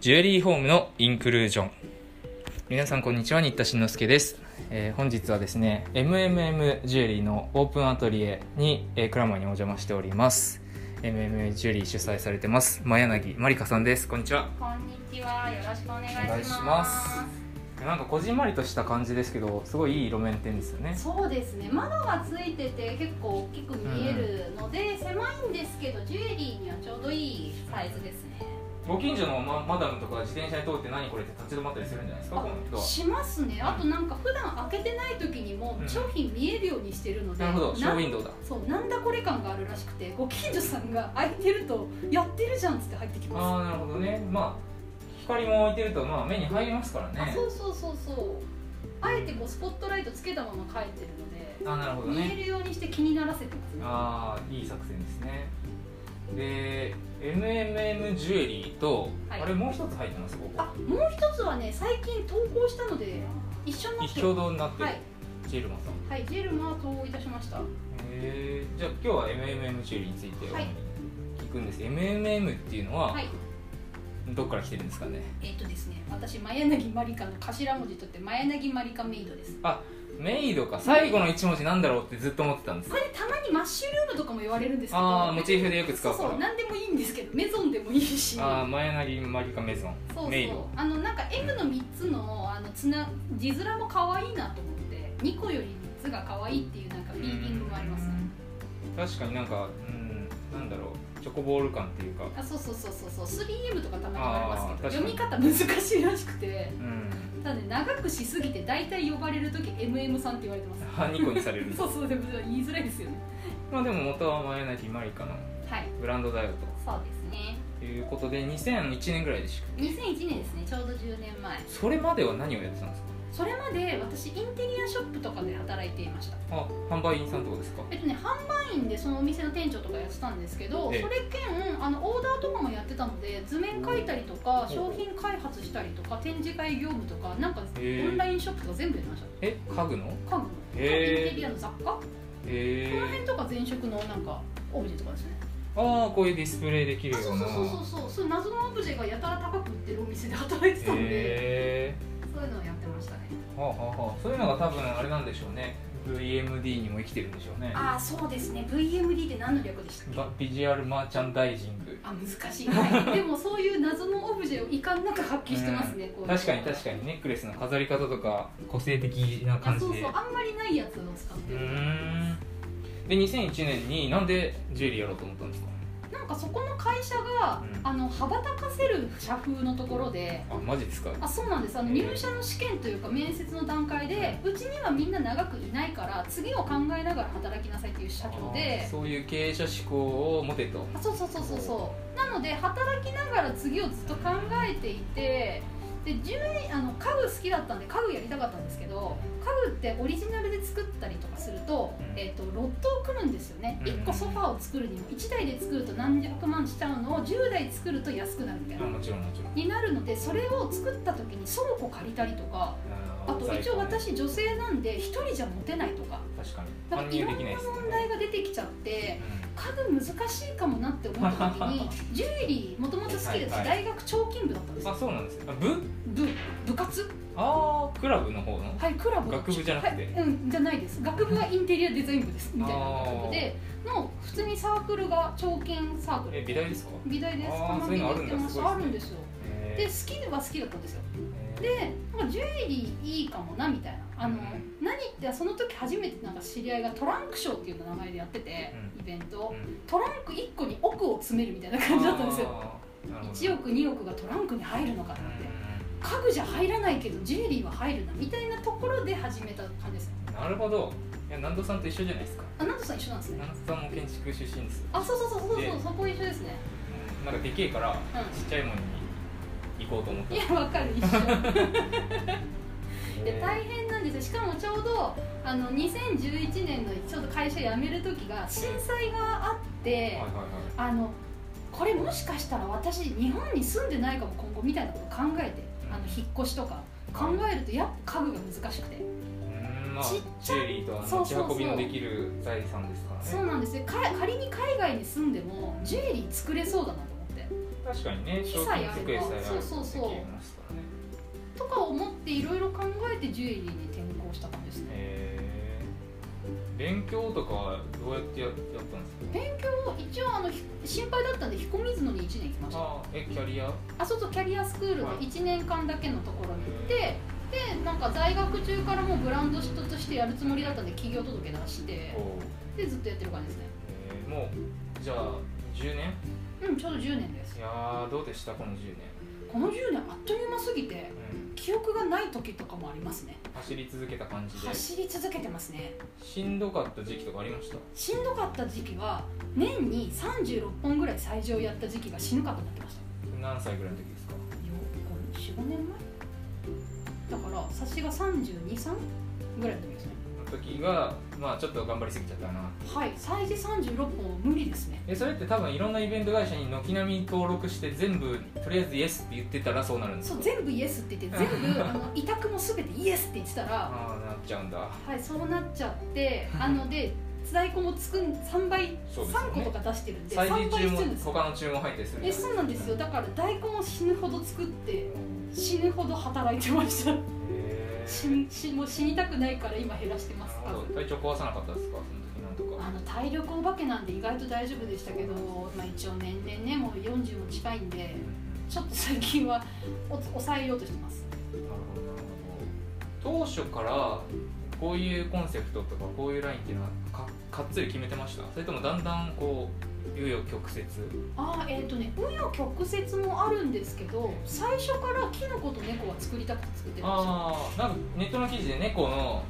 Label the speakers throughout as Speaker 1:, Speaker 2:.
Speaker 1: ジュエリーホームのインクルージョン皆さんこんにちは新田慎之介です、えー本日はですね MMM ジュエリーのオープンアトリエに、えー、クラマーにお邪魔しております MMM ジュエリー主催されてます真柳まりかさんですこんにちは
Speaker 2: こんにちは、よろしくお願いし
Speaker 1: お願
Speaker 2: ま
Speaker 1: い
Speaker 2: す。
Speaker 1: しますなんかこじんまりとした感じですけどすごいいい色面店ですよね
Speaker 2: そうですね、窓がついてて結構大きく見えるので、狭いんですけどジュエリーにはちょうどいいサイズですね。
Speaker 1: ご近所のママダムとか自転車に通って何これって立ち止まったりするんじゃないですかこの人は
Speaker 2: しますね。あとなんか普段開けてない時にも
Speaker 1: うん
Speaker 2: 商品見えるようにしてるので、
Speaker 1: なるほどショーウィンドウだ
Speaker 2: そうなんだこれ感があるらしくて、ご近所さんが開いてるとやってるじゃんっつって入ってきます。
Speaker 1: ああなるほどねまあ光も置いてるとまあ目に入りますから
Speaker 2: あ
Speaker 1: ね
Speaker 2: そうそうそうそう。あえてこうスポットライトつけたまま描いてるので、
Speaker 1: あーなるほど
Speaker 2: 見
Speaker 1: ね
Speaker 2: えるようにして気にならせてますね。
Speaker 1: ああいい作戦ですねで MMM ジュエリーと、
Speaker 2: はい
Speaker 1: あれもう一つ入ってますここ
Speaker 2: あもう一つはね最近投稿したので一緒になって
Speaker 1: 一共同になってる、
Speaker 2: はい
Speaker 1: ジェルマさん
Speaker 2: はいジェルマは投稿いたしました
Speaker 1: へえじゃあ今日は MMM ジュエリーについて主
Speaker 2: はい
Speaker 1: に聞くんです、MMM っていうのは、
Speaker 2: はい
Speaker 1: どっから来てるんですかね
Speaker 2: えっ、とですね私真柳まりかの頭文字とって真柳まりかメイドです
Speaker 1: メイドか最後の一文字なんだろうってずっと思ってたんです
Speaker 2: これたまにマッシュルームとかも言われるんですけど
Speaker 1: ああモチーフでよく使
Speaker 2: そう
Speaker 1: うから
Speaker 2: そう何でもいいんですけどメゾンでもいいし
Speaker 1: ああマヤナギマリカメゾン
Speaker 2: そうそう
Speaker 1: メイド
Speaker 2: あのなんか M の3つのあのつな字面も可愛いなと思って2個より3つが可愛いっていうなんかフィーリングもありますね
Speaker 1: 確かになんかうんなんだろうチョコボール感っていうか
Speaker 2: あそうそうそうそうそう 3M とかたまに言われますけ
Speaker 1: あー
Speaker 2: ど読み方難しいらしくて
Speaker 1: うん
Speaker 2: ただね長くしすぎて大体呼ばれる時 MM さんって言われ てます
Speaker 1: 歯ニコにされる
Speaker 2: そうそうでも言いづらいですよね
Speaker 1: まあでも元はマヤナギマリカの
Speaker 2: はい
Speaker 1: ブランドだよ
Speaker 2: そうですね
Speaker 1: ということで2001年ぐらいでしか
Speaker 2: 2001年ですねちょうど10年前
Speaker 1: それまでは何をやってたんですか
Speaker 2: それまで私インテリアショップとかで働いていました
Speaker 1: あ販売員さんとかですか
Speaker 2: えっとね販売員でそのお店の店長とかやってたんですけどそ
Speaker 1: ええ
Speaker 2: れ兼あのオーダーとかもやってたので図面描いたりとか商品開発したりとか展示会業務とかなんかオ
Speaker 1: へえ
Speaker 2: ンラインショップとか全部やりました
Speaker 1: え家具の
Speaker 2: 家具の
Speaker 1: へえ
Speaker 2: インテリアの雑貨こ
Speaker 1: へ
Speaker 2: の
Speaker 1: え
Speaker 2: 辺とか前職のなんかオブジェとかですね
Speaker 1: ああこういうディスプレイでき
Speaker 2: あ
Speaker 1: るよ
Speaker 2: そうう
Speaker 1: な
Speaker 2: そうそうそうそうそういう謎のオブジェがやたら高く売ってるお店で働いてたんで、
Speaker 1: へえ
Speaker 2: そういうのをやってましたね
Speaker 1: はあはあはあそういうのが多分あれなんでしょうね VMD にも生きてるんでしょうね
Speaker 2: ああそうですね VMD って何の略でしたっけ
Speaker 1: バビジュアルマーチャンダイジング
Speaker 2: あ難しい、 はい、でもそういう謎のオブジェを遺憾なく発揮してますね、こういう
Speaker 1: 確かに確かにネックレスの飾り方とか個性的な
Speaker 2: あ
Speaker 1: 感
Speaker 2: そ
Speaker 1: じ
Speaker 2: う
Speaker 1: で
Speaker 2: そうあんまりないやつを使って
Speaker 1: う
Speaker 2: る、
Speaker 1: ーんで2001年になんでジュエリーやろうと思ったんですか
Speaker 2: なんかそこの会社が、
Speaker 1: うん
Speaker 2: あの羽ばたかせる社風のところで
Speaker 1: あマジですか
Speaker 2: あそうなんですあの
Speaker 1: えー
Speaker 2: 入社の試験というか面接の段階でうちにはみんな長くいないから次を考えながら働きなさいっていう社長で
Speaker 1: あそういう経営者志向を持てと
Speaker 2: あそうそうそうそうそうなので働きながら次をずっと考えていてで自分あの家具好きだったんで家具やりたかったんですけど家具ってオリジナルで作ったりとかすると,、
Speaker 1: うん
Speaker 2: えー、とロットを組むんですよね、
Speaker 1: うん
Speaker 2: 1個ソファーを作るにも1台で作ると何百万しちゃうのを10台作ると安くなるみたい
Speaker 1: あ
Speaker 2: な、
Speaker 1: もちろんもちろん
Speaker 2: になるのでそれを作った時に倉庫借りたりとかあと一
Speaker 1: 在庫ね
Speaker 2: 応私女性なんで1人じゃ持てないとか
Speaker 1: 確かに
Speaker 2: なん
Speaker 1: 搬
Speaker 2: かい
Speaker 1: 入
Speaker 2: ろ
Speaker 1: で
Speaker 2: ん
Speaker 1: きない
Speaker 2: な
Speaker 1: ですね
Speaker 2: 問題が出てきちゃって。
Speaker 1: う
Speaker 2: 家具難しいかもなって思った時 にジュエリーもともと好きで
Speaker 1: はいはい
Speaker 2: 大学彫金部だったんです
Speaker 1: んあ
Speaker 2: よ
Speaker 1: そうなんですよあ部
Speaker 2: 部部活
Speaker 1: あークラブの方の
Speaker 2: はいクラブ
Speaker 1: 学部じゃなくて
Speaker 2: はい、うんじゃないです学部はインテリアデザイン部ですみたいな学部での普通にサークルが彫金サーク
Speaker 1: え
Speaker 2: ル
Speaker 1: 美大ですか
Speaker 2: 美大です
Speaker 1: あー
Speaker 2: たま
Speaker 1: そうい
Speaker 2: に
Speaker 1: うのある
Speaker 2: っ
Speaker 1: ん
Speaker 2: て
Speaker 1: だ
Speaker 2: まし
Speaker 1: すごいですね
Speaker 2: たあるんですよで
Speaker 1: へ
Speaker 2: 好きは好きだったんですよ
Speaker 1: ー
Speaker 2: でなんかジュエリーいいかもなみたいなあの、
Speaker 1: うん
Speaker 2: 何ってその時初めてなんか知り合いがトランクショーっていう名前でやってて、イベントを
Speaker 1: うん
Speaker 2: トランク1個に奥を詰めるみたいな感じだったんですよ
Speaker 1: あーなるほど
Speaker 2: 1億2億がトランクに入るのかと思って家具じゃ入らないけどジュエリーは入るなみたいなところで始めた感じです
Speaker 1: うんなるほどいや南戸さんと一緒じゃないですか
Speaker 2: あナナトさん一緒なんですね
Speaker 1: 南戸さんも建築出身です
Speaker 2: あそうそうそうそうそう
Speaker 1: で
Speaker 2: そこ一緒ですね
Speaker 1: なんかでけえから
Speaker 2: う
Speaker 1: ちっちゃいもんに行こうと思った
Speaker 2: んいやわかる一緒で
Speaker 1: へ
Speaker 2: 大変なんですよしかもちょうどあの2011年のちょうど会社辞める時が震災があっ
Speaker 1: ー
Speaker 2: て
Speaker 1: はいはいはい
Speaker 2: あのこれもしかしたら私日本に住んでないかも今後みたいなこと考えてあの引っ越しとか考えるとやっぱ家具が難しくて
Speaker 1: うんまあ
Speaker 2: ちっ
Speaker 1: ジ
Speaker 2: ちゃい
Speaker 1: ュエリーとは
Speaker 2: そう
Speaker 1: 持ち
Speaker 2: そうそう
Speaker 1: 運びのできる財産ですから
Speaker 2: そう
Speaker 1: ね
Speaker 2: なんですよか仮に海外に住んでもジュエリー作れそうだなと思って
Speaker 1: 確かにね
Speaker 2: 機
Speaker 1: 商
Speaker 2: 材
Speaker 1: 品
Speaker 2: あれば
Speaker 1: 机さえあればでき
Speaker 2: そうそうそう
Speaker 1: ますからね
Speaker 2: とか思っていろいろ考えてジュエリーに転向した感じですね
Speaker 1: えー、勉強とかはどうやってややったんですか
Speaker 2: 勉強を一応あのひ心配だったんで彦水野に1年行きました
Speaker 1: あーえキャリア
Speaker 2: あそうそうキャリアスクールの
Speaker 1: はい
Speaker 2: 1年間だけのところに行ってでなんか在学中からもうブランド人としてやるつもりだったんで企業届出して
Speaker 1: おー
Speaker 2: でずっとやってる感じですね
Speaker 1: えー、もうじゃあ10年
Speaker 2: うんちょうど10年です
Speaker 1: いやーどうでしたこの10年、
Speaker 2: この10年あっという間すぎて
Speaker 1: うん、
Speaker 2: 記憶がない時とかもありますね
Speaker 1: 走り続けた感じで
Speaker 2: 走り続けてますね
Speaker 1: しんどかった時期とかありました
Speaker 2: しんどかった時期は年に36本ぐらい最上やった時期が死ぬかと思ってました
Speaker 1: 何歳ぐらいの時ですか
Speaker 2: 45年前だから冊子が323ぐらいの時ですね
Speaker 1: その時がまあちょっと頑張りすぎちゃったな
Speaker 2: はい祭事36本は無理ですね
Speaker 1: えそれって多分いろんなイベント会社に軒並み登録して全部とりあえずイエスって言ってたらそうなるんです
Speaker 2: そ
Speaker 1: か
Speaker 2: う全部イエスって言って全部あの委託も全てイエスって言ってたら
Speaker 1: ああなっちゃうんだ
Speaker 2: はいそうなっちゃってあので在庫もつくん3倍、
Speaker 1: そうですよね
Speaker 2: 3個とか出してるんで
Speaker 1: 最近
Speaker 2: 3倍
Speaker 1: 注
Speaker 2: 必要
Speaker 1: 文
Speaker 2: です
Speaker 1: 他の注文入ったりする
Speaker 2: えそうなんですよだから大根を死ぬほど作って死ぬほど働いて ました
Speaker 1: へー
Speaker 2: 死に死もう死にたくないから今減らしてます
Speaker 1: なるほど体調壊さなかったですかその時な
Speaker 2: あ
Speaker 1: んとか
Speaker 2: の体力お化けなんで意外と大丈夫でしたけど、まあ、一応年々ねもう40も近いんでちょっと最近はお抑えようとしてます
Speaker 1: なるほどなるほど当初からこういうコンセプトとかこういうラインっていうのはかかっつり決めてましたそれともだんだんこう紆余曲折
Speaker 2: あーえっ、とね紆余曲折もあるんですけど最初からキノコと猫は作りたくて作ってました
Speaker 1: ああなんかネットの記事で猫の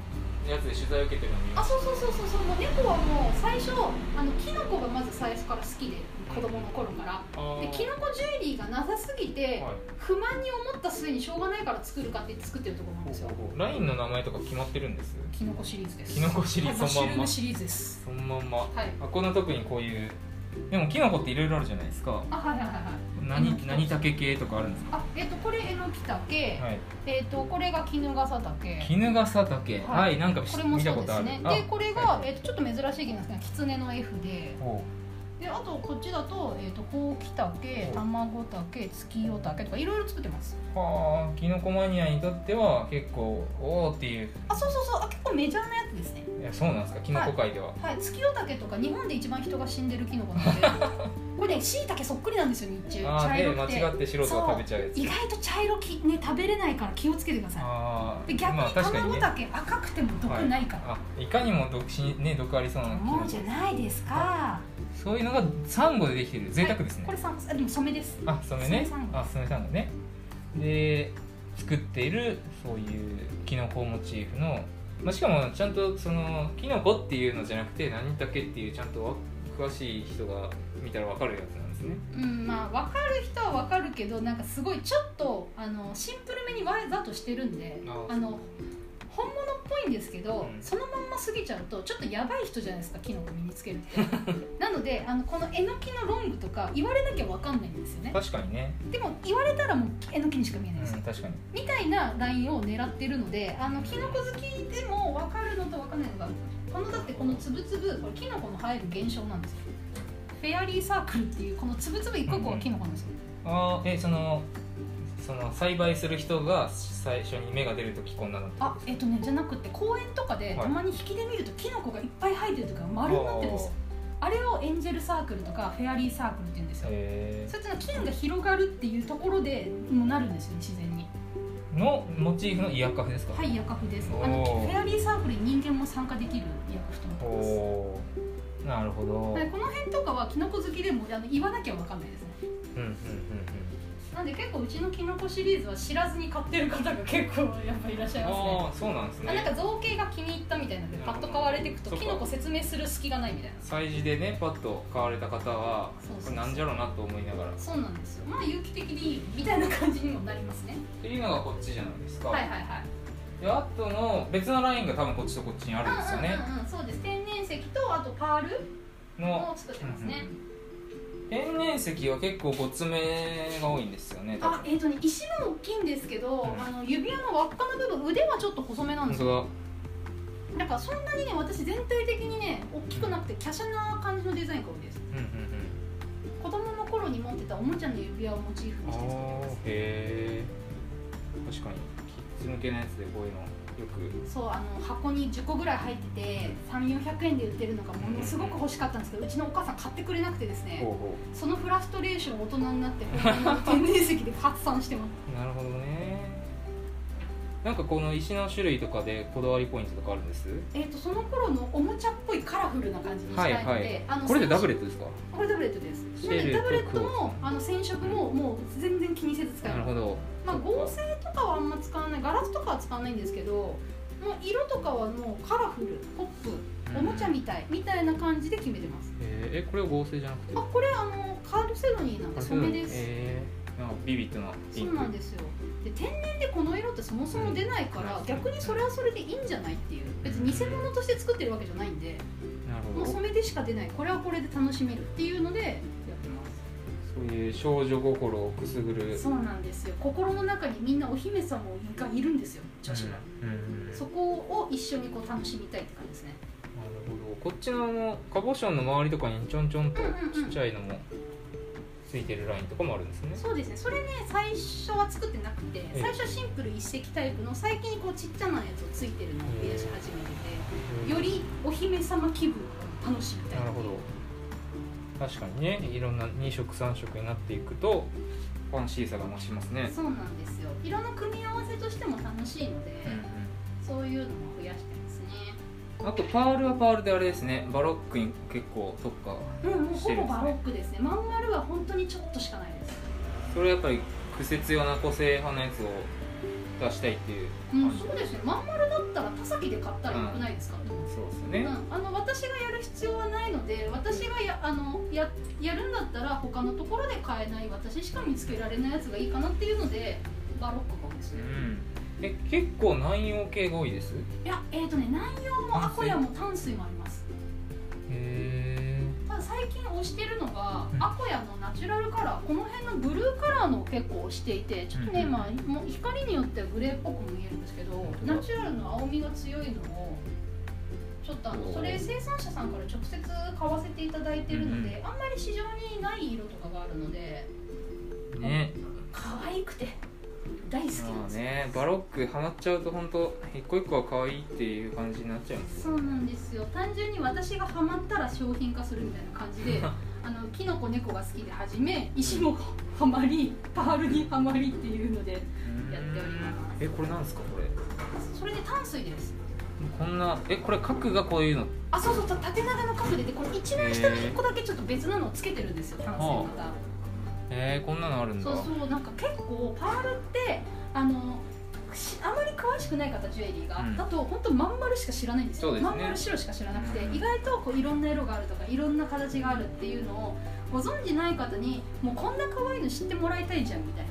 Speaker 1: やつで取材を受けてるの見
Speaker 2: あ
Speaker 1: まし
Speaker 2: そうそうそうそうそうもう猫はもう最初あのキノコがまず最初から好きで子供の頃から
Speaker 1: たあー
Speaker 2: でキノコジュエリーがなさすぎて
Speaker 1: はい
Speaker 2: 不満に思った末にしょうがないから作るかって言って作ってるところなんですよ
Speaker 1: ラインの名前とか決まってるんです
Speaker 2: キノコシリーズです
Speaker 1: キノコシリーズ
Speaker 2: はい
Speaker 1: そのまんま
Speaker 2: マッシュルームシリーズです
Speaker 1: そのまんま
Speaker 2: はい
Speaker 1: 箱の特にこういうでもキノコっていろいろあるじゃないですか
Speaker 2: あはいはいはいはい
Speaker 1: 何何竹系とかあるんですか
Speaker 2: あえっ、とこれえのきたけ、
Speaker 1: はい
Speaker 2: えっ、とこれが絹笠竹
Speaker 1: 絹笠竹
Speaker 2: は
Speaker 1: はいい、なんか
Speaker 2: これも
Speaker 1: 見た
Speaker 2: そう
Speaker 1: こ
Speaker 2: で
Speaker 1: とあ
Speaker 2: す
Speaker 1: る
Speaker 2: ね
Speaker 1: あ
Speaker 2: でこれが、
Speaker 1: はい
Speaker 2: えっとちょっと珍しい木なんですけど狐の F で
Speaker 1: ほ
Speaker 2: であとこっちだと,、えっとほうき竹
Speaker 1: ほう
Speaker 2: 卵竹月夜竹とかいろいろ作ってます
Speaker 1: うはあキノコマニアにとっては結構おおっていう
Speaker 2: あそうそうそうあ結構メジャーなやつですね
Speaker 1: いやそうなんですかキノコ界では、
Speaker 2: はい月夜竹とか日本で一番人が死んでるキノコなんで これねしいたけそっくりなんですよ日中
Speaker 1: ああ
Speaker 2: 茶
Speaker 1: で
Speaker 2: 色
Speaker 1: 間
Speaker 2: くて
Speaker 1: 違って素人が食べちゃうやつ
Speaker 2: 意外と茶色きね食べれないから気をつけてください
Speaker 1: ああ
Speaker 2: で逆
Speaker 1: まあ
Speaker 2: に
Speaker 1: 確か
Speaker 2: 卵
Speaker 1: ね
Speaker 2: だけ赤くても毒ないから、
Speaker 1: はいあいかにも毒しね毒ありそうなキノ
Speaker 2: も
Speaker 1: コ
Speaker 2: うじゃないですか
Speaker 1: そういうのがサンゴでできてる贅沢ですね、
Speaker 2: これさあでも染めです
Speaker 1: あそれね
Speaker 2: サメサンゴ
Speaker 1: あそれサンゴねで作っているそういうキノコモチーフの、まあ、しかもちゃんとそのキノコっていうのじゃなくて何だけっていうちゃんとわ詳しい人が見たらわかるやつなんですね
Speaker 2: うんまあ分かる人は分かるけどなんかすごいちょっとあのシンプルめにわざとしてるんで
Speaker 1: あ
Speaker 2: あの本物っぽいんですけど、
Speaker 1: うん
Speaker 2: そのまんま過ぎちゃうとちょっとやばい人じゃないですかキノコ身につけるって なのであのこのえのきのロングとか言われなきゃ分かんないんですよね
Speaker 1: 確かにね、
Speaker 2: でも言われたらもうえのきにしか見え
Speaker 1: う
Speaker 2: ないです、
Speaker 1: ん、確かに
Speaker 2: みたいなラインを狙ってるのであのキノコ好きでも分かるのと分かんないのがこのだってこのつぶつぶこれキノコの生える現象なんですよフェアリーサークルっていうこのつぶつぶ一個一個がキノコなんですよ、
Speaker 1: ああえそのその栽培する人が最初に芽が出るときこんなのって
Speaker 2: あえっとねじゃなくて公園とかで
Speaker 1: はい
Speaker 2: たまに引きで見るとキノコがいっぱい生えてるとか丸になってるんですよあれをエンジェルサークルとかフェアリーサークルって言うんですよ
Speaker 1: へ
Speaker 2: それってのは菌が広がるっていうところでもうなるんですよ自然に
Speaker 1: ーのモチーフのイヤカフですか、
Speaker 2: はいヤカフですあ
Speaker 1: お
Speaker 2: の
Speaker 1: ー
Speaker 2: フェアリーサークルに人間も参加できるヤカフとなって
Speaker 1: お
Speaker 2: ます
Speaker 1: おーなるほど、
Speaker 2: はい、この辺とかはキノコ好きでもあの言わなきゃ分かんないですね
Speaker 1: うんうんうんうん
Speaker 2: なんで結構うちのキノコシリーズは知らずに買ってる方が結構やっぱいらっしゃいますね
Speaker 1: ああそうなんです
Speaker 2: あなん
Speaker 1: ね
Speaker 2: か造形が気に入ったみたいなのでパッと買われていくと
Speaker 1: そうか
Speaker 2: キノコ説明する隙がないみたいな
Speaker 1: 催事でねパッと買われた方は
Speaker 2: そうそうそ
Speaker 1: こ
Speaker 2: う
Speaker 1: れなんじゃろうなと思いながらっ
Speaker 2: そうなんですよまあ有機的でいいよみたいな感じにもなりますね
Speaker 1: ていうのがこっちじゃないですか、
Speaker 2: はいはいはい
Speaker 1: であとの別のラインが多分こっちとこっちにあるんですよね、
Speaker 2: うんうんうん、そうです天然石とあとパール
Speaker 1: の
Speaker 2: も作ってますね、
Speaker 1: 天然石は結構ごつめが多いんですよね多
Speaker 2: あ
Speaker 1: 分
Speaker 2: えっ、とね石も大きいんですけど、
Speaker 1: うん
Speaker 2: あの指輪の輪っかの部分腕はちょっと細めなんで
Speaker 1: 本
Speaker 2: すよ
Speaker 1: 当
Speaker 2: だからそんなにね私全体的にね大きくなくて華奢な感じのデザインが多いです
Speaker 1: だうんうんうん
Speaker 2: 子供の頃に持ってたおもちゃの指輪をモチーフにして作ってます
Speaker 1: へえ確かにキッズ向けのやつでこういうのよく
Speaker 2: そうあの箱に10個ぐらい入ってて3400円で売ってるのがものすごく欲しかったんですけどうちのお母さん買ってくれなくてですね
Speaker 1: ほうほ
Speaker 2: そのフラストレーションを大人になって本当に天然石で発散してます
Speaker 1: うなるほどねなんかこの石の種類とかでこだわりポイントとかあるんです
Speaker 2: えー、とその頃のおもちゃっぽいカラフルな感じにしたいので、
Speaker 1: はいはい
Speaker 2: あの
Speaker 1: これでダブ
Speaker 2: レ
Speaker 1: レットですか
Speaker 2: これダブレットです
Speaker 1: シ
Speaker 2: なの
Speaker 1: ェ
Speaker 2: で
Speaker 1: ル
Speaker 2: ダブレッ
Speaker 1: と
Speaker 2: ト
Speaker 1: クォー
Speaker 2: もあの染色ももう全然気にせず使え
Speaker 1: なる
Speaker 2: ます
Speaker 1: ほど
Speaker 2: まあ、
Speaker 1: そっか
Speaker 2: 合成とかはあんま使わないガラスとかは使わないんですけどもう色とかはもうカラフルポップおもちゃみたいみたいな感じで決めてます
Speaker 1: えーえこれは合成じゃなくて
Speaker 2: あこれあのカールセロニーなんで染めです、
Speaker 1: えーなんかビビッドなピ
Speaker 2: そ
Speaker 1: ン
Speaker 2: う
Speaker 1: ク
Speaker 2: なんですよで天然でこの色ってそもそも出ないから、
Speaker 1: うん
Speaker 2: 逆にそれはそれでいいんじゃないっていう別に偽物として作ってるわけじゃないんで
Speaker 1: なるほ
Speaker 2: もう
Speaker 1: ど
Speaker 2: 染めでしか出ないこれはこれで楽しめるっていうのでやってます
Speaker 1: そういう少女心をくすぐる
Speaker 2: そうなんですよ心の中にみんなお姫様がいるんですよ女子の、
Speaker 1: うんうんうん
Speaker 2: そこを一緒にこう楽しみたいって感じですね
Speaker 1: なるほどこっちのあのカボションの周りとかにちょんちょんと
Speaker 2: うんうんうん
Speaker 1: ちっちゃいのもついてるラインとかもあるんですね、
Speaker 2: そうですねそれね最初は作ってなくて
Speaker 1: え
Speaker 2: 最初はシンプル一石タイプの最近こうちっちゃなやつをついてるのを増やし始めててよりお姫様気分を楽しみたい
Speaker 1: なるほど確かにねいろんな2色3色になっていくとファンシーさが増しますね
Speaker 2: そうなんですよ色の組み合わせとしても楽しいので、
Speaker 1: うん
Speaker 2: そういうのも増やしてますね
Speaker 1: うんあとパールはパールであれですねバロックに結構特化
Speaker 2: うんもう
Speaker 1: して
Speaker 2: ほ
Speaker 1: るんですね
Speaker 2: ぼバロックですねマンワルは本当にちょっとしかないです
Speaker 1: それはやっぱり苦節用な個性派のやつを出したいっていう
Speaker 2: うん
Speaker 1: 感じ
Speaker 2: そうですねマンワルだったら田崎で買ったらよくないですか、うん
Speaker 1: そうですね、
Speaker 2: あの私がやる必要はないので私がやあのややるんだったら他のところで買えない私しか見つけられないやつがいいかなっていうのでバロックが多いです
Speaker 1: う
Speaker 2: ね、
Speaker 1: んえ結構南洋系が多いですへ
Speaker 2: いやえっ、ー、とね南洋もアコヤも淡水もあります
Speaker 1: え
Speaker 2: ただ最近推してるのが、
Speaker 1: うん
Speaker 2: アコヤのナチュラルカラーこの辺のブルーカラーのを結構推していてちょっとね、
Speaker 1: うん
Speaker 2: まあもう光によってはグレーっぽくも見えるんですけど
Speaker 1: 本当だ
Speaker 2: ナチュラルの青みが強いのをちょっとあのそれ生産者さんから直接買わせていただいてるので、あんまり市場にない色とかがあるので
Speaker 1: ね
Speaker 2: 可愛くて大好きなん
Speaker 1: ま
Speaker 2: で
Speaker 1: あ
Speaker 2: すよ、
Speaker 1: ねバロックハマっちゃうと本当一個一個は可愛いっていう感じになっちゃいます
Speaker 2: そうなんですよ単純に私がハマったら商品化するみたいな感じであのキノコ猫が好きで始め石もハマりパールにハマりっていうのでやっております
Speaker 1: えこれなんですかこれ
Speaker 2: それで淡水です
Speaker 1: こんなえこれ角がこういうの
Speaker 2: あそうそうた縦長の角ででこれ一番下の1個だけちょっと別なのをつけてるんですよ淡水の方
Speaker 1: えー、こんなのあるんだ
Speaker 2: そうそうなんか結構パールってあのしあまり詳しくない方ジュエリーが、
Speaker 1: うん
Speaker 2: だと本当まん丸しか知らないんですよ
Speaker 1: そうですね
Speaker 2: まん丸白しか知らなくて、
Speaker 1: うん
Speaker 2: 意外とこういろんな色があるとかいろんな形があるっていうのをご存じない方にもうこんな可愛いの知ってもらいたいじゃんみたいな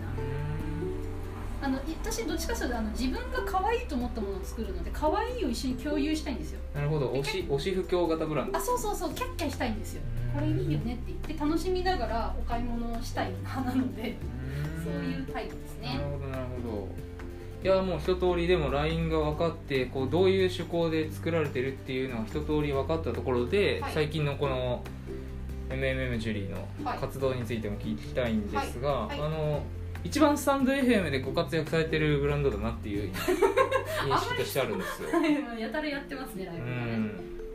Speaker 2: あのい私どっちかというとあの自分が可愛いと思ったものを作るので可愛いを一緒に共有したいんですよ
Speaker 1: なるほど推し推し不況型ブランド
Speaker 2: あそうそうそうキャッキャしたいんですよこれいいよねって言って楽しみながらお買い物をしたい派なのでそういうタイプです
Speaker 1: な
Speaker 2: ね
Speaker 1: るほどなるほどいやもう一通りでもラインが分かってこうどういう趣向で作られてるっていうのが一通り分かったところで、
Speaker 2: はい
Speaker 1: 最近のこの MMM ジュリーの
Speaker 2: はい
Speaker 1: 活動についても聞きたいんですが、
Speaker 2: はいはい
Speaker 1: あの一番スタンド FM でご活躍されてるブランドだなって いう認識としてあるんですよ。
Speaker 2: やたらやってますねライ
Speaker 1: う
Speaker 2: ブがね
Speaker 1: ん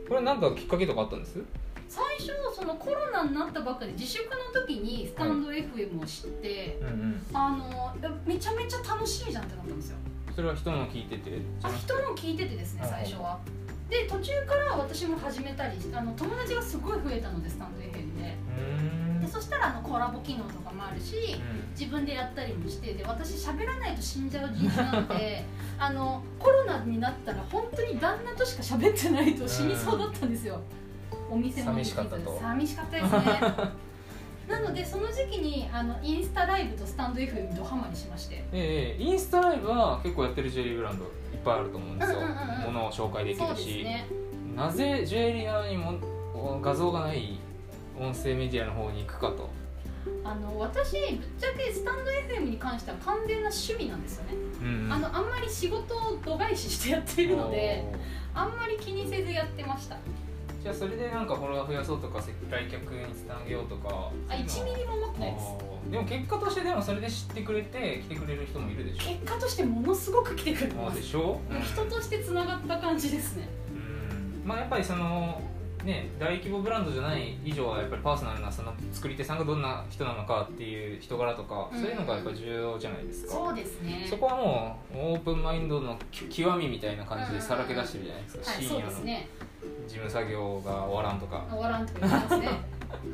Speaker 1: これなんかきっかけとかあったんです
Speaker 2: 最初そのコロナになったばっかり自粛の時にスタンド FM を知って、
Speaker 1: うんうん
Speaker 2: あのめちゃめちゃ楽しいじゃんってなったんですよ
Speaker 1: それは人の聞いてて
Speaker 2: あ人も聞いててですね
Speaker 1: はい
Speaker 2: 最初はで途中から私も始めたりしてあの友達がすごい増えたのでスタンド FM で
Speaker 1: うーん
Speaker 2: でそしたらあのコラボ機能とかもあるし自分でやったりもしてで私喋らないと死んじゃう人種なの であのコロナになったら本当に旦那としか喋ってないと死にそうだったんですよ、お店もできず
Speaker 1: 寂しかったと
Speaker 2: 寂しかったですね なのでその時期にあのインスタライブとスタンド FM ドハマりしまして
Speaker 1: ええインスタライブは結構やってるジュエリーブランドいっぱいあると思うんですよ、
Speaker 2: うんうんうんうん
Speaker 1: 物を紹介でき
Speaker 2: そう
Speaker 1: る
Speaker 2: です
Speaker 1: し、
Speaker 2: ね
Speaker 1: なぜジュエリーなのにも画像がない音声メディアの方に行くかと
Speaker 2: あの私ぶっちゃけスタンド FM に関しては完全な趣味なんですよね、
Speaker 1: うん
Speaker 2: あのあんまり仕事を度外視してやっているのであんまり気にせずやってました
Speaker 1: じゃあそれでなんかフォロワー増やそうとかせ来客につなげようとか
Speaker 2: あ1ミリも思って
Speaker 1: あ
Speaker 2: ないです
Speaker 1: ーでも結果としてでもそれで知ってくれて来てくれる人もいるでしょ
Speaker 2: 結果としてものすごく来てくれて
Speaker 1: あ
Speaker 2: ま
Speaker 1: ー
Speaker 2: す
Speaker 1: でしょ、うん
Speaker 2: 人としてつながった感じですね
Speaker 1: うんまあやっぱりそのね大規模ブランドじゃない以上はやっぱりパーソナルなその作り手さんがどんな人なのかっていう人柄とか、
Speaker 2: うん
Speaker 1: そういうのがやっぱ重要じゃないですか、
Speaker 2: そうですね
Speaker 1: そこはもうオープンマインドのき極みみたいな感じでさらけ出してるじゃないですか、
Speaker 2: はい
Speaker 1: 深
Speaker 2: そ
Speaker 1: 夜
Speaker 2: うで
Speaker 1: の
Speaker 2: すね
Speaker 1: 事務作業が終わらんとか、
Speaker 2: 終わらんとか言います ね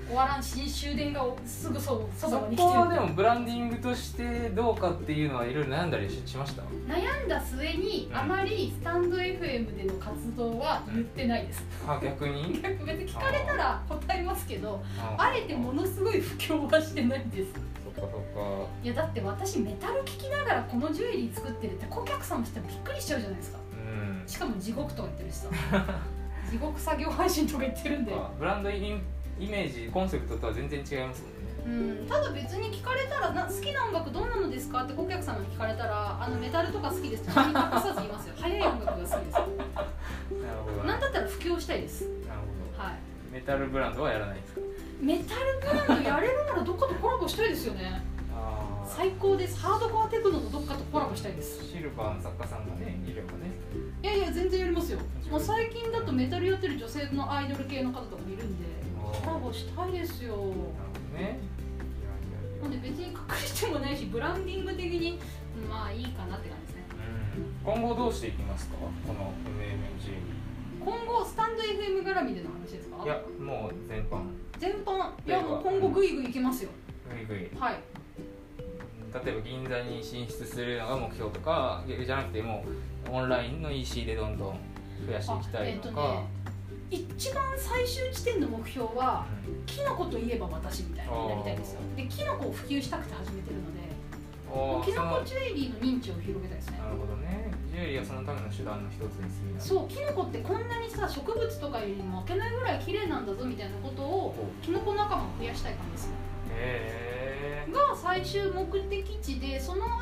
Speaker 2: 終わらんし終電がすぐそうそ
Speaker 1: そ
Speaker 2: ばに来
Speaker 1: こ
Speaker 2: てる
Speaker 1: はでもブランディングとしてどうかっていうのはいろいろ悩んだりししました
Speaker 2: 悩んだ末に
Speaker 1: うん
Speaker 2: あまりスタンド FM での活動は言ってないです
Speaker 1: あ逆に
Speaker 2: 逆に別に聞かれたら答えますけど
Speaker 1: あ
Speaker 2: あえてものすごい不況はしてないです
Speaker 1: そっかそっか
Speaker 2: いやだって私メタル聞きながらこのジュエリー作ってるって顧客さんとしてもびっくりしちゃうじゃないですか
Speaker 1: うん
Speaker 2: しかも地獄とか言ってるしさ 地獄作業配信とか言ってるんで
Speaker 1: あブランドインイメージコンセプトとは全然違いますもんね
Speaker 2: うんただ別に聞かれたらな好きな音楽どんなのですかって顧客様に聞かれたらあのメタルとか好きですって何隠さず言いますよ 早い音楽が好きです
Speaker 1: なるほどね
Speaker 2: なんだったら布教したいです
Speaker 1: なるほ
Speaker 2: はい
Speaker 1: どメタルブランドはやらないんですか
Speaker 2: メタルブランドやれるならどっかとコラボしたいですよね
Speaker 1: あー
Speaker 2: 最高ですハードコアテクノとどっかとコラボしたいです
Speaker 1: シルバーの作家さんがねいればね
Speaker 2: いやいや全然やりますよもう最近だとメタルやってる女性のアイドル系の方とかもいるんでコラボしたいですよ
Speaker 1: なるほどねいやいやいや
Speaker 2: なんで別に隠してもないしブランディング的にまあいいかなって感じですね
Speaker 1: うん今後どうしていきますかこの MMG
Speaker 2: 今後スタンド FM 絡みでの話ですか
Speaker 1: いやもう全般
Speaker 2: 全般いやもう今後グイグイいきますよ
Speaker 1: ぐいぐい
Speaker 2: はい
Speaker 1: 例えば銀座に進出するのが目標とかじゃなくてもうオンラインの EC でどんどん増やしていきたいとか、
Speaker 2: あえっとね一番最終地点の目標は
Speaker 1: うん
Speaker 2: キノコといえば私みたいになりたいんですよでキノコを普及したくて始めてるので
Speaker 1: おー
Speaker 2: キ
Speaker 1: そ
Speaker 2: ノ
Speaker 1: の
Speaker 2: コジュエリーの認知を広げたいですね
Speaker 1: なるほどねジュエリーはそのための手段の一つに過ぎない
Speaker 2: そうキノコってこんなにさ植物とかよりも負けないぐらい綺麗なんだぞみたいなことをキノコ仲間を増やしたい感じですね
Speaker 1: へえ
Speaker 2: が最終目的地でその間に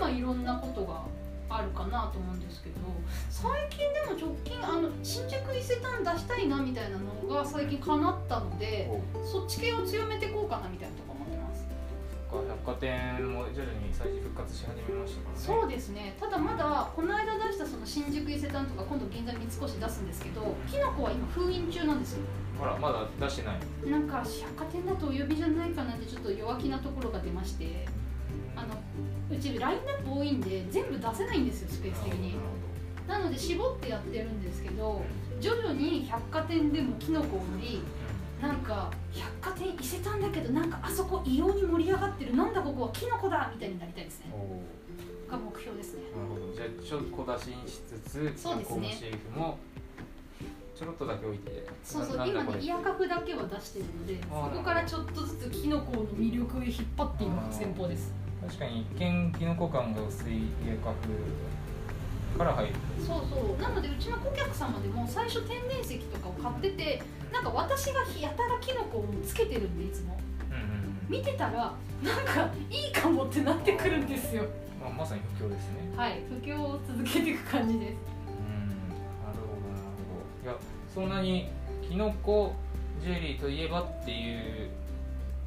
Speaker 2: まあいろんなことがあるかなと思うんですけど最近でも直近あの新宿伊勢丹出したいなみたいなのが最近叶ったのでそっち系を強めていこうかなみたいなとか思ってます
Speaker 1: 百貨店も徐々に最近復活し始めましたからね
Speaker 2: そうですねただまだこの間出したその新宿伊勢丹とか今度銀座三越出すんですけどキノコは今封印中なんですよ
Speaker 1: ほらまだ出してない
Speaker 2: なんか百貨店だとお呼びじゃないかなってちょっと弱気なところが出ましてあのうちラインナップ多いんで全部出せないんですよスペース的に
Speaker 1: なるほ
Speaker 2: なので絞ってやってるんですけ
Speaker 1: ど
Speaker 2: ど徐々に百貨店でもキノコを売りなんか百貨店伊勢丹だけどなんかあそこ異様に盛り上がってるなんだここはキノコだみたいになりたいですね
Speaker 1: うんおー
Speaker 2: が目標ですね
Speaker 1: なるほどじゃあちょっと小出しにしつつ
Speaker 2: そうで
Speaker 1: キノ
Speaker 2: すね
Speaker 1: コのシェイクもちょろっとだけ置いて
Speaker 2: そうそ
Speaker 1: な
Speaker 2: う
Speaker 1: なんだ
Speaker 2: 今ね
Speaker 1: これ
Speaker 2: イヤカフだけは出してるので
Speaker 1: あー
Speaker 2: そこからちょっとずつキノコの魅力へ引っ張っていく戦法です
Speaker 1: 確かに一見キノコ感が薄い計画から入る
Speaker 2: そうそうなのでうちの顧客様でも最初天然石とかを買っててなんか私がやたらキノコをつけてるんでいつも
Speaker 1: うんうん
Speaker 2: 見てたらなんかいいかもってなってくるんですよ
Speaker 1: まあ、まさに不況ですね
Speaker 2: はい布教を続けていく感じ
Speaker 1: うんなるほど
Speaker 2: です
Speaker 1: なるほどいやそんなにキノコジュエリーといえばっていう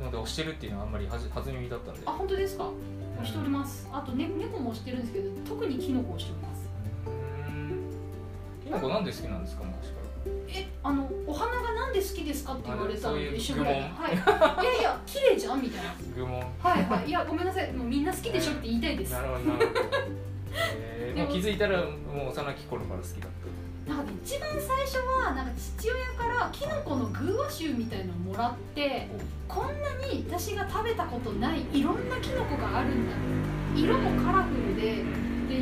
Speaker 1: ので押してるっていうのはあんまりはじ初耳だったんで
Speaker 2: あ本当ですか
Speaker 1: うん
Speaker 2: 押しておりますあと、ね、猫も押してるんですけど特にキノコを押しております
Speaker 1: うんキノコなんで好きなんですか昔か
Speaker 2: えあのお花がなんで好きですかって言われた
Speaker 1: あ
Speaker 2: の
Speaker 1: そう
Speaker 2: と
Speaker 1: いう
Speaker 2: 一緒ぐらいのはい、いやいや綺麗じゃんみたいな
Speaker 1: ら愚問
Speaker 2: はいはいいやごめんなさいもうみんな好きでしょって言いたいです
Speaker 1: なるほどなるほどえーでも気づいたらもう幼き頃から好きだっ
Speaker 2: なんかね一番最初はなんか父親からキノコの偶話集みたいのをもらってこんなに私が食べたことないいろんなキノコがあるんだ色もカラフルで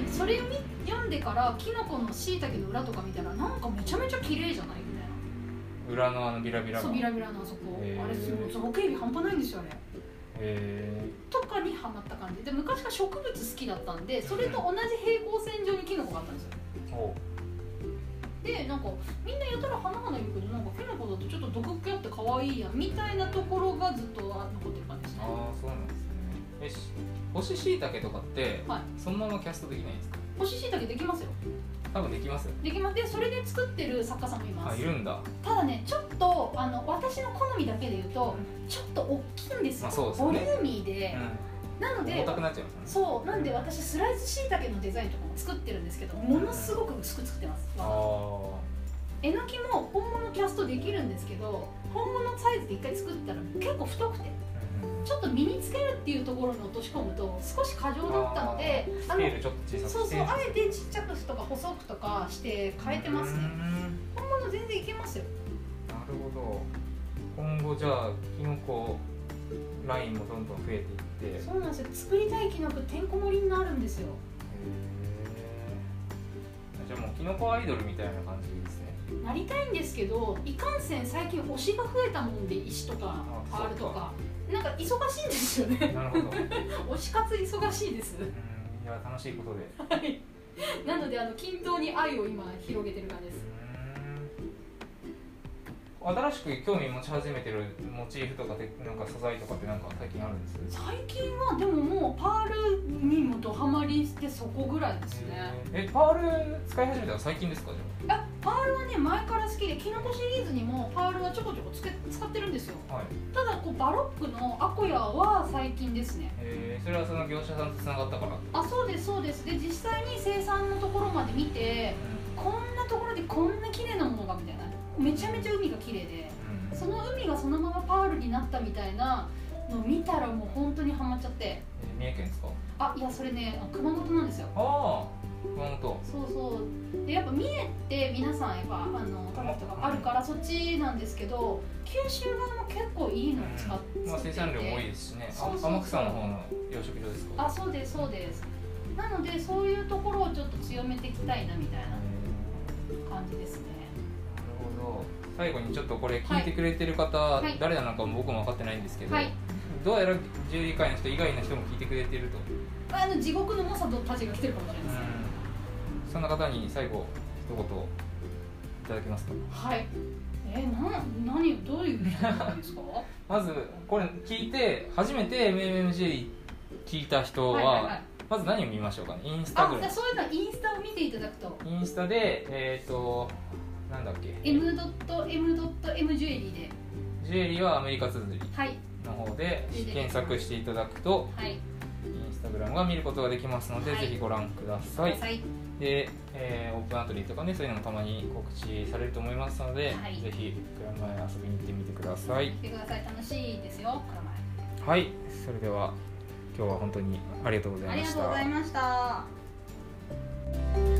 Speaker 2: でそれを見読んでからキノコのしいたけの裏とか見たらなんかめちゃめちゃ綺麗じゃないみたい
Speaker 1: た裏のあのビラビラが
Speaker 2: なそうビラビラのあそこ
Speaker 1: へー
Speaker 2: あれすごい造形美半端ないんですよあれ
Speaker 1: え
Speaker 2: とかにハマった感じで昔から植物好きだったんでそれと同じ平行線上にキノコがあったんですよ
Speaker 1: ー、お
Speaker 2: でなんかみんなやたら花々言うけどなんかキノコだとちょっと毒っ気あって可愛いやんみたいなところがずっと残ってる感じですね
Speaker 1: ああそうなんですねえし干し椎茸とかって、
Speaker 2: はい
Speaker 1: そのままキャストできないんですか
Speaker 2: 干し椎茸できますよ
Speaker 1: 多分できますよ
Speaker 2: できますでそれで作ってる作家さんもいま
Speaker 1: あ
Speaker 2: す
Speaker 1: いるんだ
Speaker 2: ただねちょっとあの私の好みだけで言うとちょっと大きいんですよ、
Speaker 1: まあそうですね
Speaker 2: ボリューミーで、
Speaker 1: う
Speaker 2: なの
Speaker 1: ん
Speaker 2: で
Speaker 1: 重たくなっちゃいますね
Speaker 2: そうなんで私スライスしいたけのデザインとかも作ってるんですけどものすごく薄く作ってます
Speaker 1: あー
Speaker 2: えのきも本物キャストできるんですけど本物サイズで一回作ったら結構太くて
Speaker 1: うん
Speaker 2: ちょっと身につけるっていうところに落とし込むと少し過剰だったのであ
Speaker 1: スケールちょっと小さ
Speaker 2: の
Speaker 1: く
Speaker 2: そうそう
Speaker 1: して
Speaker 2: あえてちっちゃくとか細くとかして変えてます
Speaker 1: う
Speaker 2: ね
Speaker 1: ん
Speaker 2: 本物全然いけますよ
Speaker 1: なるほど今後じゃあキノコラインもどんどん増えていってへ
Speaker 2: そうなんですよ作りたいキノコてんこ盛りになるんですよ
Speaker 1: ーじゃあもうキノコアイドルみたいな感じですね
Speaker 2: なりたいんですけどいかんせん最近推しが増えたもんで石とか
Speaker 1: あ
Speaker 2: パールと
Speaker 1: そうか
Speaker 2: かなんか忙しいんですよね
Speaker 1: なるほ ど、うん、い
Speaker 2: 推し活忙しいです
Speaker 1: や楽しいことで
Speaker 2: はいなのであの均等に愛を今広げてる感じです
Speaker 1: うーん新しく興味持ち始めてるモチーフとかてなんか素材とかってなんか最近あるんです
Speaker 2: 最近はでももうパールにもドハマりしてそこぐらいですね
Speaker 1: えーえパール使い始めたの最近ですかじ
Speaker 2: あパールはね前から好きでキノコシリーズにもパールはちょこちょこつけ使ってるんですよ
Speaker 1: ゃあはい
Speaker 2: ただこうバロックのアコヤは最近ですね
Speaker 1: えーそれはその業者さんとつながったから
Speaker 2: あそうですそうですで実際に生産のところまで見てこんなところでこんな綺麗なものがみたいなめちゃめちゃ海が綺麗で
Speaker 1: うん
Speaker 2: その海がそのままパールになったみたいなのを見たらもう本当にハマっちゃって
Speaker 1: えー三重県ですか
Speaker 2: あいやそれねあ熊本なんですよ
Speaker 1: ああ熊本
Speaker 2: そうそうでやっぱ三重って皆さんやっぱあのタラとかあるからそっちなんですけど九州側も結構いいのを使って
Speaker 1: うんまあ、生産量も多いですしね
Speaker 2: そう
Speaker 1: あ
Speaker 2: そうそう
Speaker 1: 天草の方の養殖場ですか
Speaker 2: あそうですそうですなのでそういうところをちょっと強めていきたいなみたい
Speaker 1: えーなる
Speaker 2: な感じですね
Speaker 1: ほど最後にちょっとこれ聞いてくれてる方、
Speaker 2: い
Speaker 1: 誰なのかも僕も分かってないんですけど、
Speaker 2: はい
Speaker 1: どうやら獣医会の人以外の人も聞いてくれてると、
Speaker 2: あの地獄の猛者たちが来てるかもしれないですね、
Speaker 1: そんな方に最後一言いただけますか
Speaker 2: はいえー、な何どういう人なんで すか
Speaker 1: まずこれ聞いて初めて MMMG 聞いた人は,、
Speaker 2: はいはいはい
Speaker 1: まず何を見ましょうかねインスタ
Speaker 2: あ
Speaker 1: グ
Speaker 2: じゃ
Speaker 1: ラ
Speaker 2: あ
Speaker 1: ム
Speaker 2: そういうのはインスタを見ていただくと
Speaker 1: インスタでえっ、となんだっけ
Speaker 2: M.M.M ジュエリーで
Speaker 1: ジュエリーはアメリカ綴り
Speaker 2: はい
Speaker 1: の方で
Speaker 2: 出てきます
Speaker 1: 検索していただくと
Speaker 2: はい
Speaker 1: インスタグラムが見ることができますので、
Speaker 2: はい
Speaker 1: ぜひご覧ください、
Speaker 2: はい
Speaker 1: で、えーオープンアトリーとかねそういうのもたまに告知されると思いますので、
Speaker 2: はい
Speaker 1: ぜひグラムへ遊びに行ってみてください
Speaker 2: 来てください楽しいですよ蔵前
Speaker 1: はいそれでは今日は本当にありがとうござ
Speaker 2: あ
Speaker 1: い
Speaker 2: り
Speaker 1: ま
Speaker 2: が
Speaker 1: し
Speaker 2: とうござ
Speaker 1: た
Speaker 2: いました。